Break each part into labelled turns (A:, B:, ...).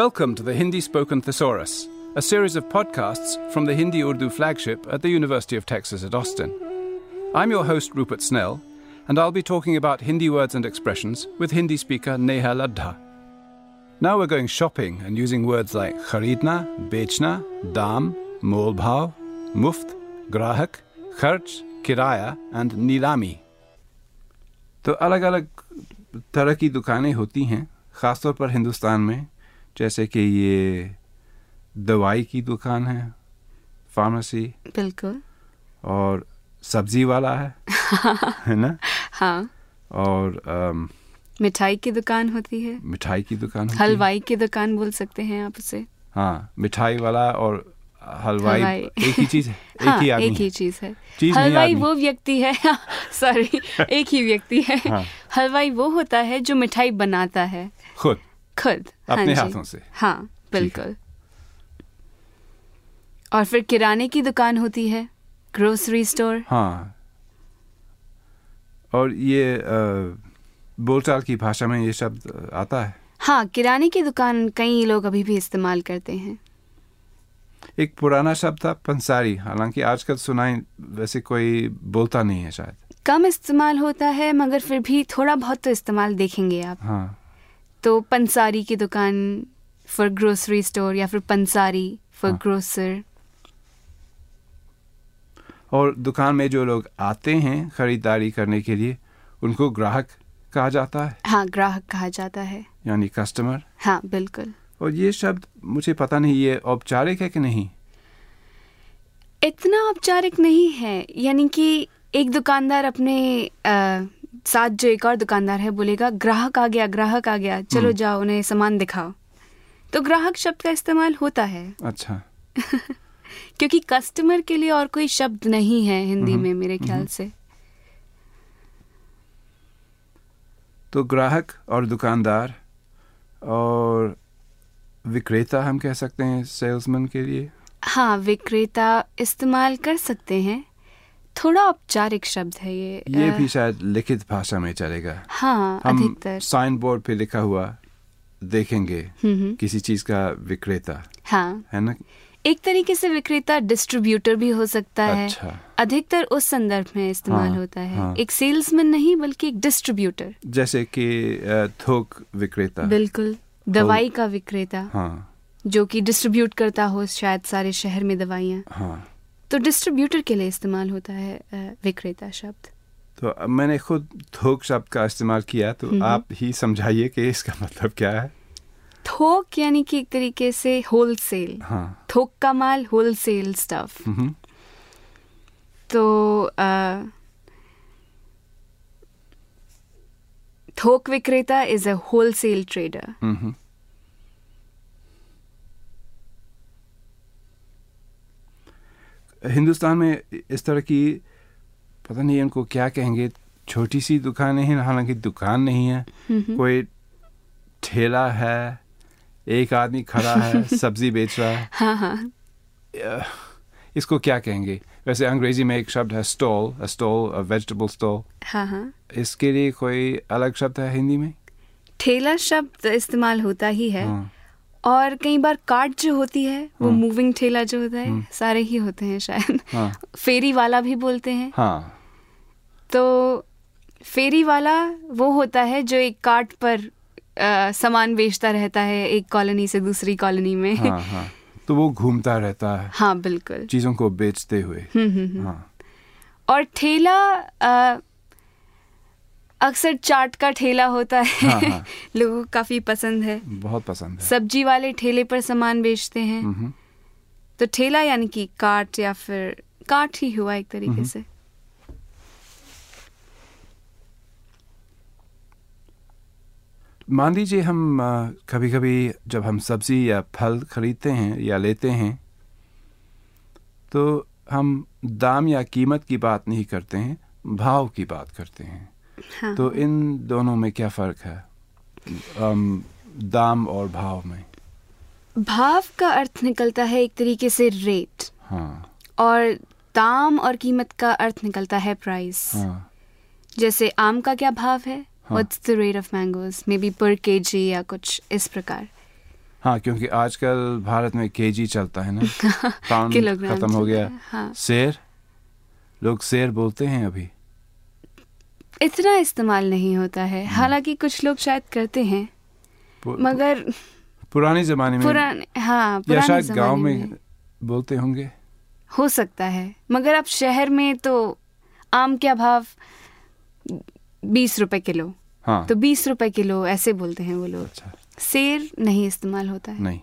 A: Welcome to the Hindi Spoken Thesaurus, a series of podcasts from the Hindi Urdu flagship at the University of Texas at Austin. I'm your host, Rupert Snell, and I'll be talking about Hindi words and expressions with Hindi speaker Neha Ladha. Now we're going shopping and using words like kharidna, bechna, dam, molbhav, muft, grahak, kharch, kiraya, and nilami. तो अलग अलग तरह की दुकानें होती हैं ख़ासतौर पर हिंदुस्तान में जैसे कि ये दवाई की दुकान है फार्मेसी
B: बिल्कुल
A: और सब्जी वाला है है ना
B: हाँ
A: और अम,
B: मिठाई की दुकान होती है
A: मिठाई की दुकान होती है।
B: हलवाई की दुकान बोल सकते हैं आप उसे
A: हाँ मिठाई वाला और हलवाई
B: हलवाई।
A: एक ही चीज है एक
B: हाँ
A: ही आदमी
B: एक ही
A: है।
B: चीज है
A: चीज नहीं
B: हलवाई
A: आदमी।
B: वो व्यक्ति है सॉरी एक ही व्यक्ति है
A: हाँ।
B: हलवाई वो होता है जो मिठाई बनाता है
A: खुद
B: खुद
A: अपने
B: हाँ जी।
A: हाथों से।
B: हाँ बिल्कुल और फिर किराने की दुकान होती है ग्रोसरी स्टोर
A: हाँ और ये अ, बोलचाल की भाषा में ये शब्द अ, आता है
B: हाँ किराने की दुकान कई लोग अभी भी इस्तेमाल करते हैं
A: एक पुराना शब्द था पंसारी हालांकि आजकल सुनाई वैसे कोई बोलता नहीं है शायद
B: कम इस्तेमाल होता है मगर फिर भी थोड़ा बहुत तो इस्तेमाल देखेंगे आप
A: हाँ
B: तो पंसारी की दुकान फॉर ग्रोसरी स्टोर या फिर पंसारी फॉर
A: हाँ।
B: ग्रोसर
A: और दुकान में जो लोग आते हैं खरीदारी करने के लिए उनको ग्राहक कहा जाता है
B: हाँ ग्राहक कहा जाता है
A: यानी कस्टमर
B: हाँ बिल्कुल
A: और ये शब्द मुझे पता नहीं ये औपचारिक है कि नहीं
B: इतना औपचारिक नहीं है यानी कि एक दुकानदार अपने अ, साथ जो एक और दुकानदार है बोलेगा ग्राहक आ गया ग्राहक आ गया चलो
A: हम्म।
B: जाओ उन्हें सामान दिखाओ तो ग्राहक शब्द का इस्तेमाल होता है
A: अच्छा
B: क्योंकि कस्टमर के लिए और कोई शब्द नहीं है हिंदी
A: हम्म,
B: में मेरे ख्याल से
A: तो ग्राहक और दुकानदार और विक्रेता हम कह सकते हैं सेल्समैन के लिए
B: हाँ विक्रेता इस्तेमाल कर सकते हैं थोड़ा औपचारिक शब्द है ये
A: ये
B: अ,
A: भी शायद लिखित भाषा में चलेगा
B: हाँ
A: हम
B: अधिकतर
A: साइन बोर्ड पे लिखा हुआ देखेंगे
B: हम्म, हम्म,
A: किसी चीज का विक्रेता
B: हाँ
A: है ना
B: एक तरीके से विक्रेता डिस्ट्रीब्यूटर भी हो सकता है
A: अच्छा
B: अधिकतर उस संदर्भ में इस्तेमाल
A: हाँ,
B: होता है
A: हाँ।
B: एक सेल्समैन नहीं बल्कि एक डिस्ट्रीब्यूटर
A: जैसे कि अ, थोक विक्रेता
B: बिल्कुल दवाई
A: तो
B: का विक्रेता
A: हाँ
B: जो कि डिस्ट्रीब्यूट करता हो शायद सारे शहर में दवाइयाँ
A: हाँ
B: तो डिस्ट्रीब्यूटर के लिए इस्तेमाल होता है अ, विक्रेता शब्द
A: तो अब मैंने खुद थोक शब्द का इस्तेमाल किया तो
B: हम्म।
A: आप ही समझाइए कि इसका मतलब क्या है
B: थोक यानी कि एक तरीके से होलसेल
A: हाँ
B: थोक का माल होलसेल स्टफ
A: हम्म।
B: तो अ, थोक विक्रेता is a wholesale trader
A: hmm Hindustan में इस तरह की पता नहीं इनको क्या कहेंगे छोटी सी दुकानें हैं हालांकि दुकान नहीं है
B: Mm-hmm.
A: कोई ठेला है एक आदमी खड़ा है सब्जी बेच रहा है
B: हाँ हाँ
A: अह, इसको क्या कहेंगे वैसे अंग्रेजी में एक शब्द है स्टॉल स्टॉल वेजिटेबल स्टॉल
B: हाँ हाँ
A: इसके लिए कोई अलग शब्द है हिंदी में
B: ठेला शब्द इस्तेमाल होता ही है
A: हाँ,
B: और कई बार कार्ट जो होती है वो
A: हम्म।
B: मूविंग ठेला जो होता है
A: हम्म।
B: सारे ही होते हैं शायद
A: हाँ
B: फेरी वाला भी बोलते हैं
A: हाँ
B: तो फेरी वाला वो होता है जो एक कार्ट पर अ, सामान बेचता रहता है एक कॉलोनी से दूसरी कॉलोनी में
A: हाँ हाँ तो वो घूमता रहता है
B: हाँ बिल्कुल
A: चीजों को बेचते हुए
B: हम्म हम्म हम्म।
A: हाँ
B: और ठेला अ, अक्सर चाट का ठेला होता है
A: हाँ, हाँ।
B: लोगों को काफी पसंद है
A: बहुत पसंद है हम्म,
B: सब्जी वाले ठेले पर सामान बेचते हैं
A: मम्हम,
B: तो ठेला यानी कि काट या फिर काट ही हुआ एक तरीके
A: हम्म।
B: से
A: मान लीजिए हम कभी कभी जब हम सब्जी या फल खरीदते हैं या लेते हैं तो हम दाम या कीमत की बात नहीं करते हैं भाव की बात करते हैं
B: हाँ
A: तो इन दोनों में क्या फर्क है अम, दाम और भाव में
B: भाव का अर्थ निकलता है एक तरीके से रेट
A: हाँ
B: और दाम और कीमत का अर्थ निकलता है प्राइस
A: हाँ
B: जैसे आम का क्या भाव है
A: हाँ।
B: What's the rate of mangoes maybe पर के जी या कुछ इस प्रकार
A: हाँ क्योंकि आजकल भारत में केजी चलता है ना पाउंड
B: किलोग्राम
A: खत्म हो
B: चलता
A: गया
B: है, हाँ
A: शेर लोग शेर बोलते हैं अभी
B: इतना इस्तेमाल नहीं होता है
A: हम्म।
B: हालांकि कुछ लोग शायद करते हैं
A: पु-
B: मगर
A: पुराने जमाने में
B: पुराने हाँ
A: या
B: पुराने
A: शायद
B: जमाने
A: गांव में
B: में
A: बोलते होंगे
B: हो सकता है मगर अब शहर में तो आम क्या भाव बीस रुपए किलो
A: हाँ
B: तो बीस रुपए किलो ऐसे बोलते हैं वो लोग
A: अच्छा
B: शेर नहीं इस्तेमाल होता है
A: नहीं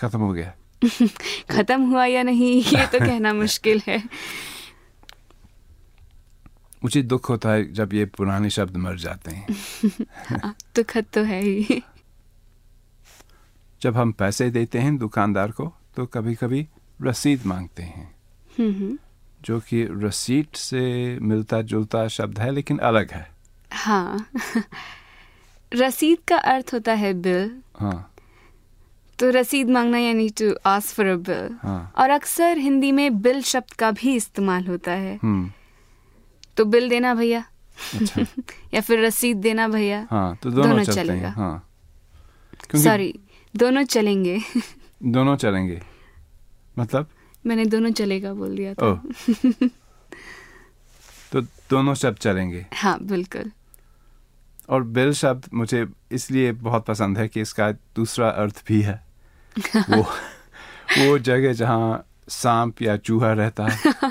A: खत्म हो गया
B: खत्म हुआ या नहीं ये तो कहना मुश्किल है
A: मुझे दुख होता है जब ये पुराने शब्द मर जाते हैं
B: हाँ, दुखद तो है ही
A: जब हम पैसे देते हैं दुकानदार को तो कभी कभी रसीद मांगते हैं
B: हम्म, हम्म।
A: जो कि रसीद से मिलता जुलता शब्द है लेकिन अलग है
B: हाँ रसीद का अर्थ होता है बिल
A: हाँ
B: तो रसीद मांगना यानी to ask for a bill
A: हाँ
B: और अक्सर हिंदी में बिल शब्द का भी इस्तेमाल होता है
A: हम्म
B: तो बिल देना भैया
A: अच्छा
B: या फिर रसीद देना भैया
A: हाँ तो दोनों,
B: दोनों
A: चलते
B: चलेगा।
A: हैं हाँ
B: सॉरी दोनों चलेंगे
A: दोनों चलेंगे मतलब
B: मैंने दोनों चलेगा बोल दिया था
A: ओ तो दोनों शब्द चलेंगे
B: हाँ बिल्कुल
A: और बिल शब्द मुझे इसलिए बहुत पसंद है कि इसका दूसरा अर्थ भी है वो वो जगह जहाँ सांप या चूहा रहता है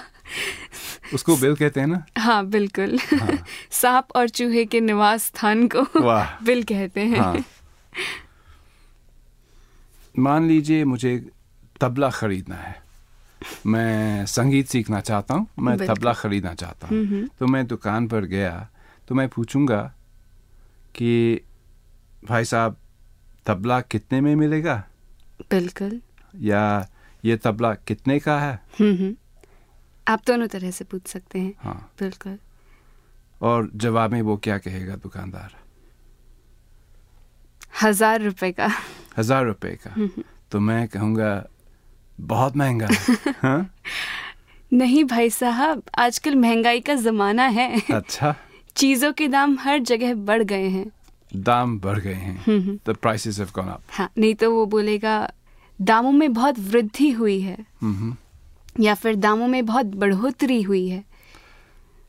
A: उसको बिल कहते हैं ना
B: हाँ बिल्कुल
A: हाँ,
B: सांप और चूहे के निवास स्थान को
A: वाह
B: बिल कहते हैं
A: हाँ मान लीजिए मुझे तबला खरीदना है मैं संगीत सीखना चाहता हूँ मैं
B: बिल्कुल।
A: तबला खरीदना चाहता हूँ
B: हम्म,
A: तो मैं दुकान पर गया तो मैं पूछूंगा कि भाई साहब तबला कितने में मिलेगा
B: बिल्कुल
A: या ये तबला कितने का है
B: हम्म, आप दोनों तरह से पूछ सकते हैं
A: हाँ
B: बिल्कुल
A: और जवाब में वो क्या कहेगा दुकानदार
B: हजार रुपए का
A: हजार रुपए का तो मैं कहूँगा बहुत महंगा है हाँ?
B: नहीं भाई साहब आजकल महंगाई का जमाना है
A: अच्छा
B: चीजों के दाम हर जगह बढ़ गए हैं
A: दाम बढ़ गए हैं
B: hmm,
A: the prices have gone up
B: हाँ नहीं तो वो बोलेगा दामों में बहुत वृद्धि हुई है
A: हम्म।
B: या फिर दामों में बहुत बढ़ोतरी हुई है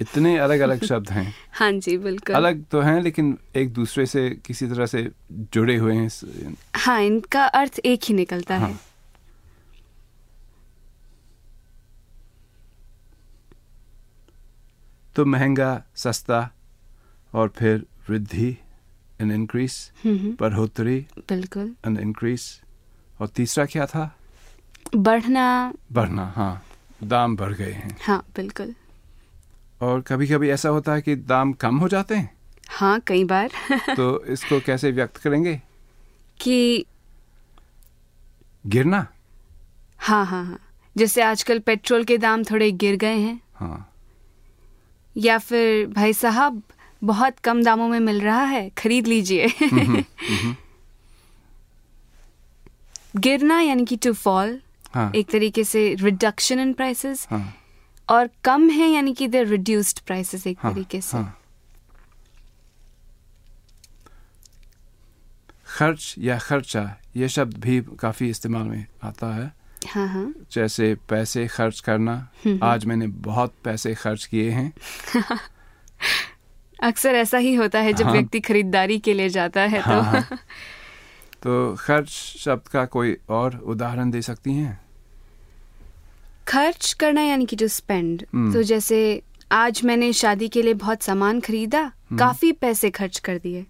A: इतने अलग अलग शब्द हैं
B: हाँ जी बिल्कुल
A: अलग तो हैं लेकिन एक दूसरे से किसी तरह से जुड़े हुए हैं स-
B: हाँ इनका अर्थ एक ही निकलता है
A: हाँ। तो महंगा सस्ता और फिर वृद्धि एन इंक्रीज
B: हम्म,
A: बढ़ोतरी
B: बिल्कुल
A: एन इंक्रीज और तीसरा क्या था
B: बढ़ना
A: बढ़ना हाँ दाम बढ़ गए हैं
B: हाँ बिल्कुल
A: और कभी कभी ऐसा होता है कि दाम कम हो जाते हैं
B: हाँ कई बार
A: तो इसको कैसे व्यक्त करेंगे
B: कि
A: गिरना
B: हाँ हाँ हाँ जैसे आजकल पेट्रोल के दाम थोड़े गिर गए हैं
A: हाँ
B: या फिर भाई साहब बहुत कम दामों में मिल रहा है खरीद लीजिए
A: हम्म,
B: गिरना यानी कि टू फॉल
A: हाँ
B: एक तरीके से रिडक्शन इन प्राइसेस
A: हाँ
B: और कम है यानी कि दे रिड्यूस्ड प्राइसेस एक
A: हाँ
B: तरीके से
A: हाँ खर्च या खर्चा ये शब्द भी काफी इस्तेमाल में आता है
B: हाँ हाँ
A: जैसे पैसे खर्च करना
B: हम्म,
A: आज मैंने बहुत पैसे खर्च किए हैं
B: अक्सर ऐसा ही होता है जब
A: हाँ।
B: व्यक्ति खरीदारी के लिए जाता है तो
A: हाँ, हाँ। तो खर्च शब्द का कोई और उदाहरण दे सकती हैं
B: खर्च करना यानी कि टू स्पेंड
A: हम्म।
B: तो जैसे आज मैंने शादी के लिए बहुत सामान खरीदा
A: हम्म।
B: काफी पैसे खर्च कर दिए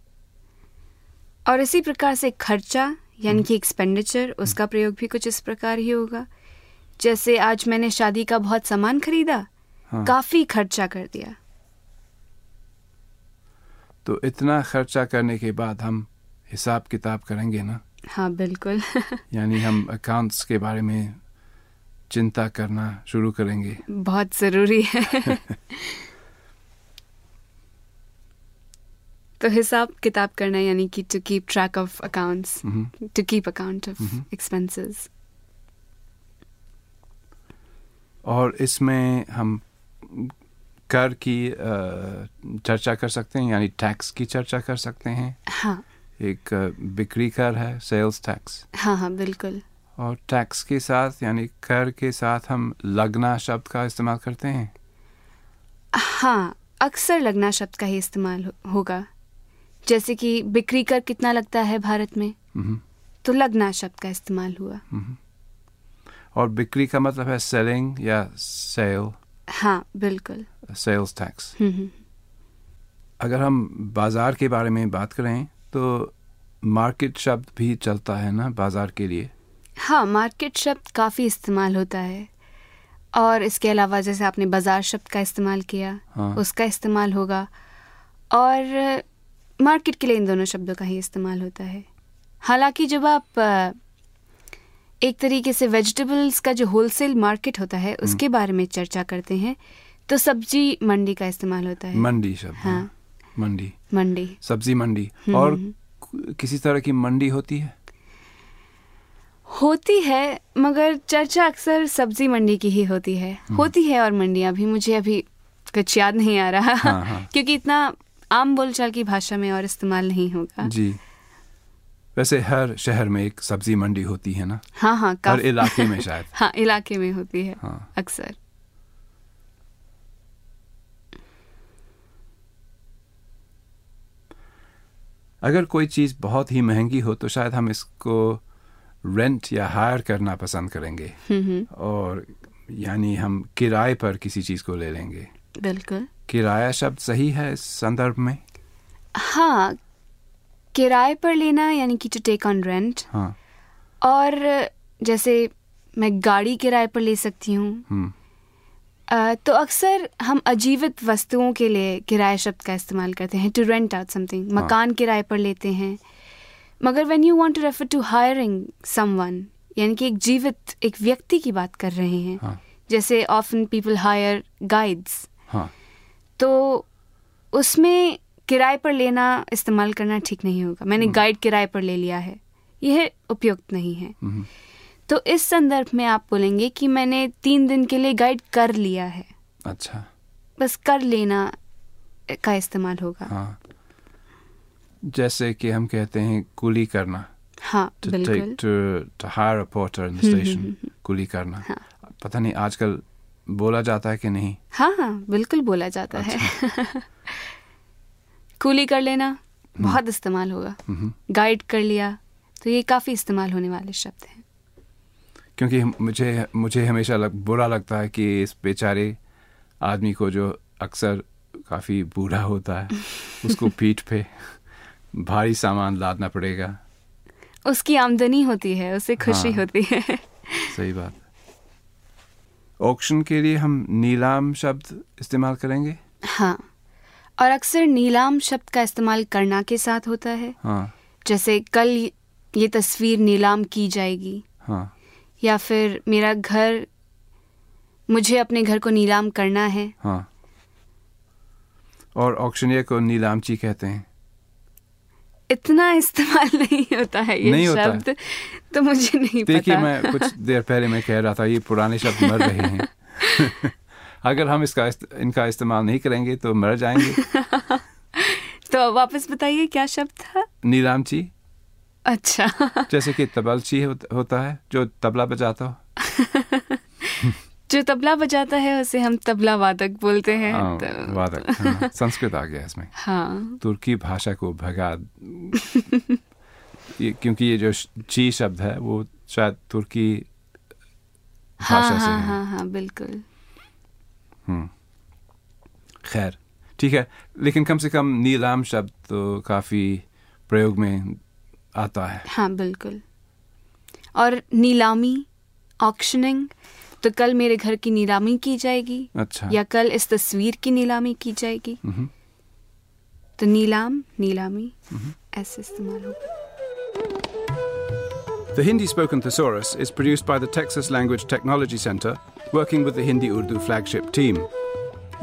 B: और इसी प्रकार से खर्चा
A: हम्म।
B: यानी कि एक्सपेंडिचर उसका प्रयोग भी कुछ इस प्रकार ही होगा जैसे आज मैंने शादी का बहुत सामान खरीदा
A: हाँ
B: काफी खर्चा कर दिया
A: तो इतना खर्चा करने के बाद हम हिसाब किताब करेंगे ना
B: हाँ बिल्कुल
A: यानी हम अकाउंट्स के बारे में चिंता करना शुरू करेंगे
B: बहुत जरूरी है तो हिसाब किताब करना यानी कि to keep track of accounts
A: मम्म।
B: To keep account of expenses
A: और इसमें हम कर की अ, चर्चा कर सकते हैं यानी टैक्स की चर्चा कर सकते हैं
B: हाँ
A: एक अ, बिक्री कर है सेल्स टैक्स
B: हाँ हाँ बिल्कुल
A: और टैक्स के साथ यानी कर के साथ हम लगना शब्द का इस्तेमाल करते हैं
B: हाँ अक्सर लगना शब्द का ही इस्तेमाल हो, होगा जैसे कि बिक्री कर कितना लगता है भारत में
A: मम्म,
B: तो लगना शब्द का इस्तेमाल हुआ
A: मम्म। और बिक्री का मतलब है सेलिंग या सेल
B: हाँ बिल्कुल
A: सेल्स टैक्स
B: हम्म, हम्म।
A: अगर हम बाजार के बारे में बात करें तो मार्केट शब्द भी चलता है ना बाजार के लिए
B: हाँ मार्केट शब्द काफ़ी इस्तेमाल होता है और इसके अलावा जैसे आपने बाज़ार शब्द का इस्तेमाल किया
A: हाँ।
B: उसका इस्तेमाल होगा और मार्केट के लिए इन दोनों शब्दों का ही इस्तेमाल होता है हालांकि जब आप अ, एक तरीके से वेजिटेबल्स का जो होलसेल मार्केट होता
A: हम्म।
B: है उसके बारे में चर्चा करते हैं तो सब्जी मंडी का इस्तेमाल होता है
A: मंडी शब्द
B: हाँ।
A: हाँ, मंडी
B: मंडी
A: सब्जी मंडी और कु- किसी तरह की मंडी होती है
B: होती है मगर चर्चा अक्सर सब्जी मंडी की ही होती है
A: हम्म।
B: होती है और मंडियां भी मुझे अभी कुछ याद नहीं आ रहा
A: हाँ, हाँ।
B: क्योंकि इतना आम बोलचाल की भाषा में और इस्तेमाल नहीं होगा
A: जी वैसे हर शहर में एक सब्जी मंडी होती है ना
B: हाँ हाँ
A: हर
B: काफ-
A: इलाके में शायद
B: हाँ इलाके में होती है
A: हाँ
B: अक्सर
A: अगर कोई चीज़ बहुत ही महंगी हो तो शायद हम इसको रेंट या हायर करना पसंद करेंगे
B: हम्म हम्म,
A: और यानी हम किराए पर किसी चीज़ को ले लेंगे
B: बिल्कुल
A: किराया शब्द सही है इस संदर्भ में
B: हाँ किराए पर लेना यानी कि टू टेक ऑन रेंट
A: हाँ
B: और जैसे मैं गाड़ी किराए पर ले सकती हूँ
A: हम्म
B: अ, तो अक्सर हम अजीवित वस्तुओं के लिए किराए शब्द का इस्तेमाल करते हैं टू रेंट आउट समथिंग
A: हाँ।
B: मकान किराए पर लेते हैं मगर when you want to refer to hiring someone यानी कि एक जीवित एक व्यक्ति की बात कर रहे हैं
A: हाँ
B: जैसे ऑफन पीपल हायर गाइड्स
A: हाँ
B: तो उसमें किराए पर लेना इस्तेमाल करना ठीक नहीं होगा मैंने
A: हाँ।
B: गाइड किराए पर ले लिया है यह उपयुक्त नहीं है
A: हम्म,
B: तो इस संदर्भ में आप बोलेंगे कि मैंने तीन दिन के लिए गाइड कर लिया है
A: अच्छा
B: बस कर लेना का इस्तेमाल होगा
A: हाँ जैसे कि हम कहते हैं कुली करना
B: हाँ
A: to
B: बिल्कुल
A: तो take to to hire a porter in the station कुली करना
B: हाँ।
A: पता नहीं आजकल बोला जाता है कि नहीं
B: हाँ हाँ बिल्कुल बोला जाता है
A: अच्छा।
B: कूली कर लेना बहुत इस्तेमाल होगा
A: हम्म।
B: गाइड कर लिया तो ये काफी इस्तेमाल होने वाले शब्द हैं
A: क्योंकि हम- मुझे मुझे हमेशा लग, बुरा लगता है कि इस बेचारे आदमी को जो अक्सर काफ़ी बूढ़ा होता है उसको पीठ पे भारी सामान लादना पड़ेगा
B: उसकी आमदनी होती है उसे खुशी
A: हाँ।
B: होती है
A: सही बात ऑक्शन के लिए हम नीलाम शब्द इस्तेमाल करेंगे
B: हाँ और अक्सर नीलाम शब्द का इस्तेमाल करना के साथ होता है
A: हाँ
B: जैसे कल ये तस्वीर नीलाम की जाएगी
A: हाँ
B: या फिर मेरा घर मुझे अपने घर को नीलाम करना है
A: हाँ और ऑक्शनियर को नीलामची कहते हैं
B: इतना इस्तेमाल नहीं होता है ये
A: नहीं होता है।
B: शब्द तो मुझे नहीं
A: देखिए
B: पता
A: मैं कुछ देर पहले मैं कह रहा था ये पुराने शब्द मर रहे हैं अगर हम इसका इस्त- इनका इस्तेमाल नहीं करेंगे तो मर जाएंगे
B: तो वापस बताइए क्या शब्द था
A: नीलामची
B: अच्छा
A: जैसे कि तबलची होत- होता है जो तबला बजाता हो
B: जो तबला बजाता है उसे हम तबला वादक बोलते हैं
A: हाँ,
B: तो-
A: वादक हाँ, संस्कृत आ गया इसमें
B: हाँ
A: तुर्की भाषा को भगा ये, क्योंकि ये जो श- ची शब्द है वो शायद तुर्की
B: हाँ
A: भाषा से
B: हाँ
A: है
B: हाँ हाँ बिल्कुल
A: हम्म। खैर ठीक है लेकिन कम से कम नीलाम शब्द तो काफी प्रयोग में आता है
B: हाँ बिल्कुल और नीलामी ऑक्शनिंग तो कल मेरे घर की नीलामी की जाएगी
A: अच्छा
B: या कल इस तस्वीर की नीलामी की जाएगी
A: मम्म।
B: तो नीलाम नीलामी
A: हम्म।
B: ऐसे इस्तेमाल होगा
A: The Hindi Spoken Thesaurus is produced by the Texas Language Technology Center, working with the Hindi Urdu flagship team.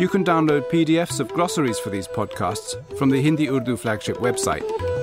A: You can download PDFs of glossaries for these podcasts from the Hindi Urdu flagship website.